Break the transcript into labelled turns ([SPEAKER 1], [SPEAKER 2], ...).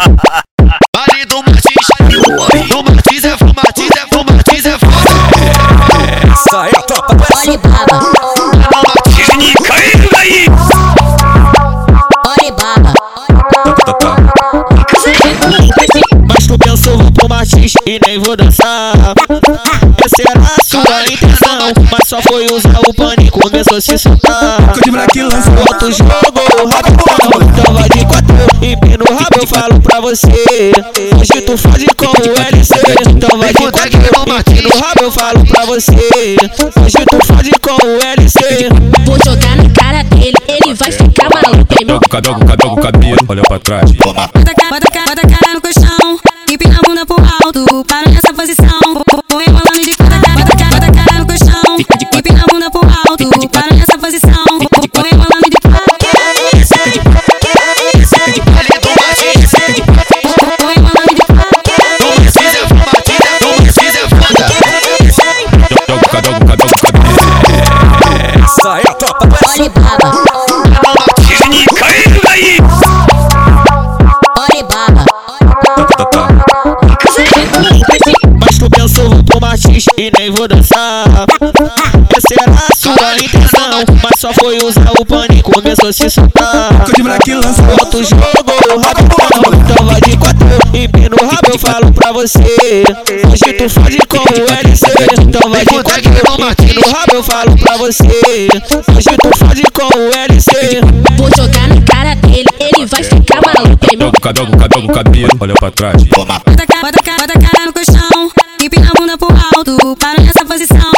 [SPEAKER 1] Vale do Martins, do Martins é pro Martins, é pro Martins, é pro
[SPEAKER 2] Essa é a tropa da
[SPEAKER 3] Olhe baba,
[SPEAKER 1] Martins.
[SPEAKER 3] olhe baba.
[SPEAKER 4] Mas tu pensou vou pro machis e nem vou dançar Essa era a sua intenção Mas só foi usar o pânico, começou a se soltar
[SPEAKER 2] de moleque lança.
[SPEAKER 4] Outro jogo, rapidão Então vai de quatro e pino o rabo eu falo pra você Hoje tu foge com o LC Então vai de quatro e pino o rabo eu falo pra você Hoje tu foge com o LC
[SPEAKER 3] Vou jogar na cara dele, ele vai ficar maluco. Ele
[SPEAKER 2] Joga o cabelo, joga o cabelo, olha pra trás.
[SPEAKER 5] Bota, a ca- bota, a ca- bota a cara no colchão, empina a bunda pro alto, para nessa posição. Vou- vou- Vou rebolando de quatro, bota, a ca- bota a cara no colchão, empina a bunda pro alto, para nessa posição. Vou- vou- Vou rebolando de quatro,
[SPEAKER 1] Vale do Martins,
[SPEAKER 5] vou- vou rebolando de quatro.
[SPEAKER 1] do Martins é pro Martins, é pro Martins é foda.
[SPEAKER 2] Joga o cabelo, joga o cabelo. Essa é a tropa da
[SPEAKER 3] Olhe baba, olhe baba.
[SPEAKER 4] Mas tu pensou vou pro machis e nem vou dançar Essa era a sua intenção Mas só foi usar o pânico, começou a se soltar
[SPEAKER 2] de moleque lança.
[SPEAKER 4] Bota o jogo, rapidão Então vai de quatro e pino o rabo eu falo pra você Hoje tu foge com o LC Então vai de quatro e pino o rabo eu falo pra você Hoje tu foge com o LC
[SPEAKER 3] Vou jogar na cara dele, ele vai ficar maluco. Ele
[SPEAKER 2] Joga o cabelo, joga o cabelo, olha pra trás.
[SPEAKER 5] Bota, a ca- bota, a ca- bota a cara no colchão, empina a bunda pro alto, para nessa posição.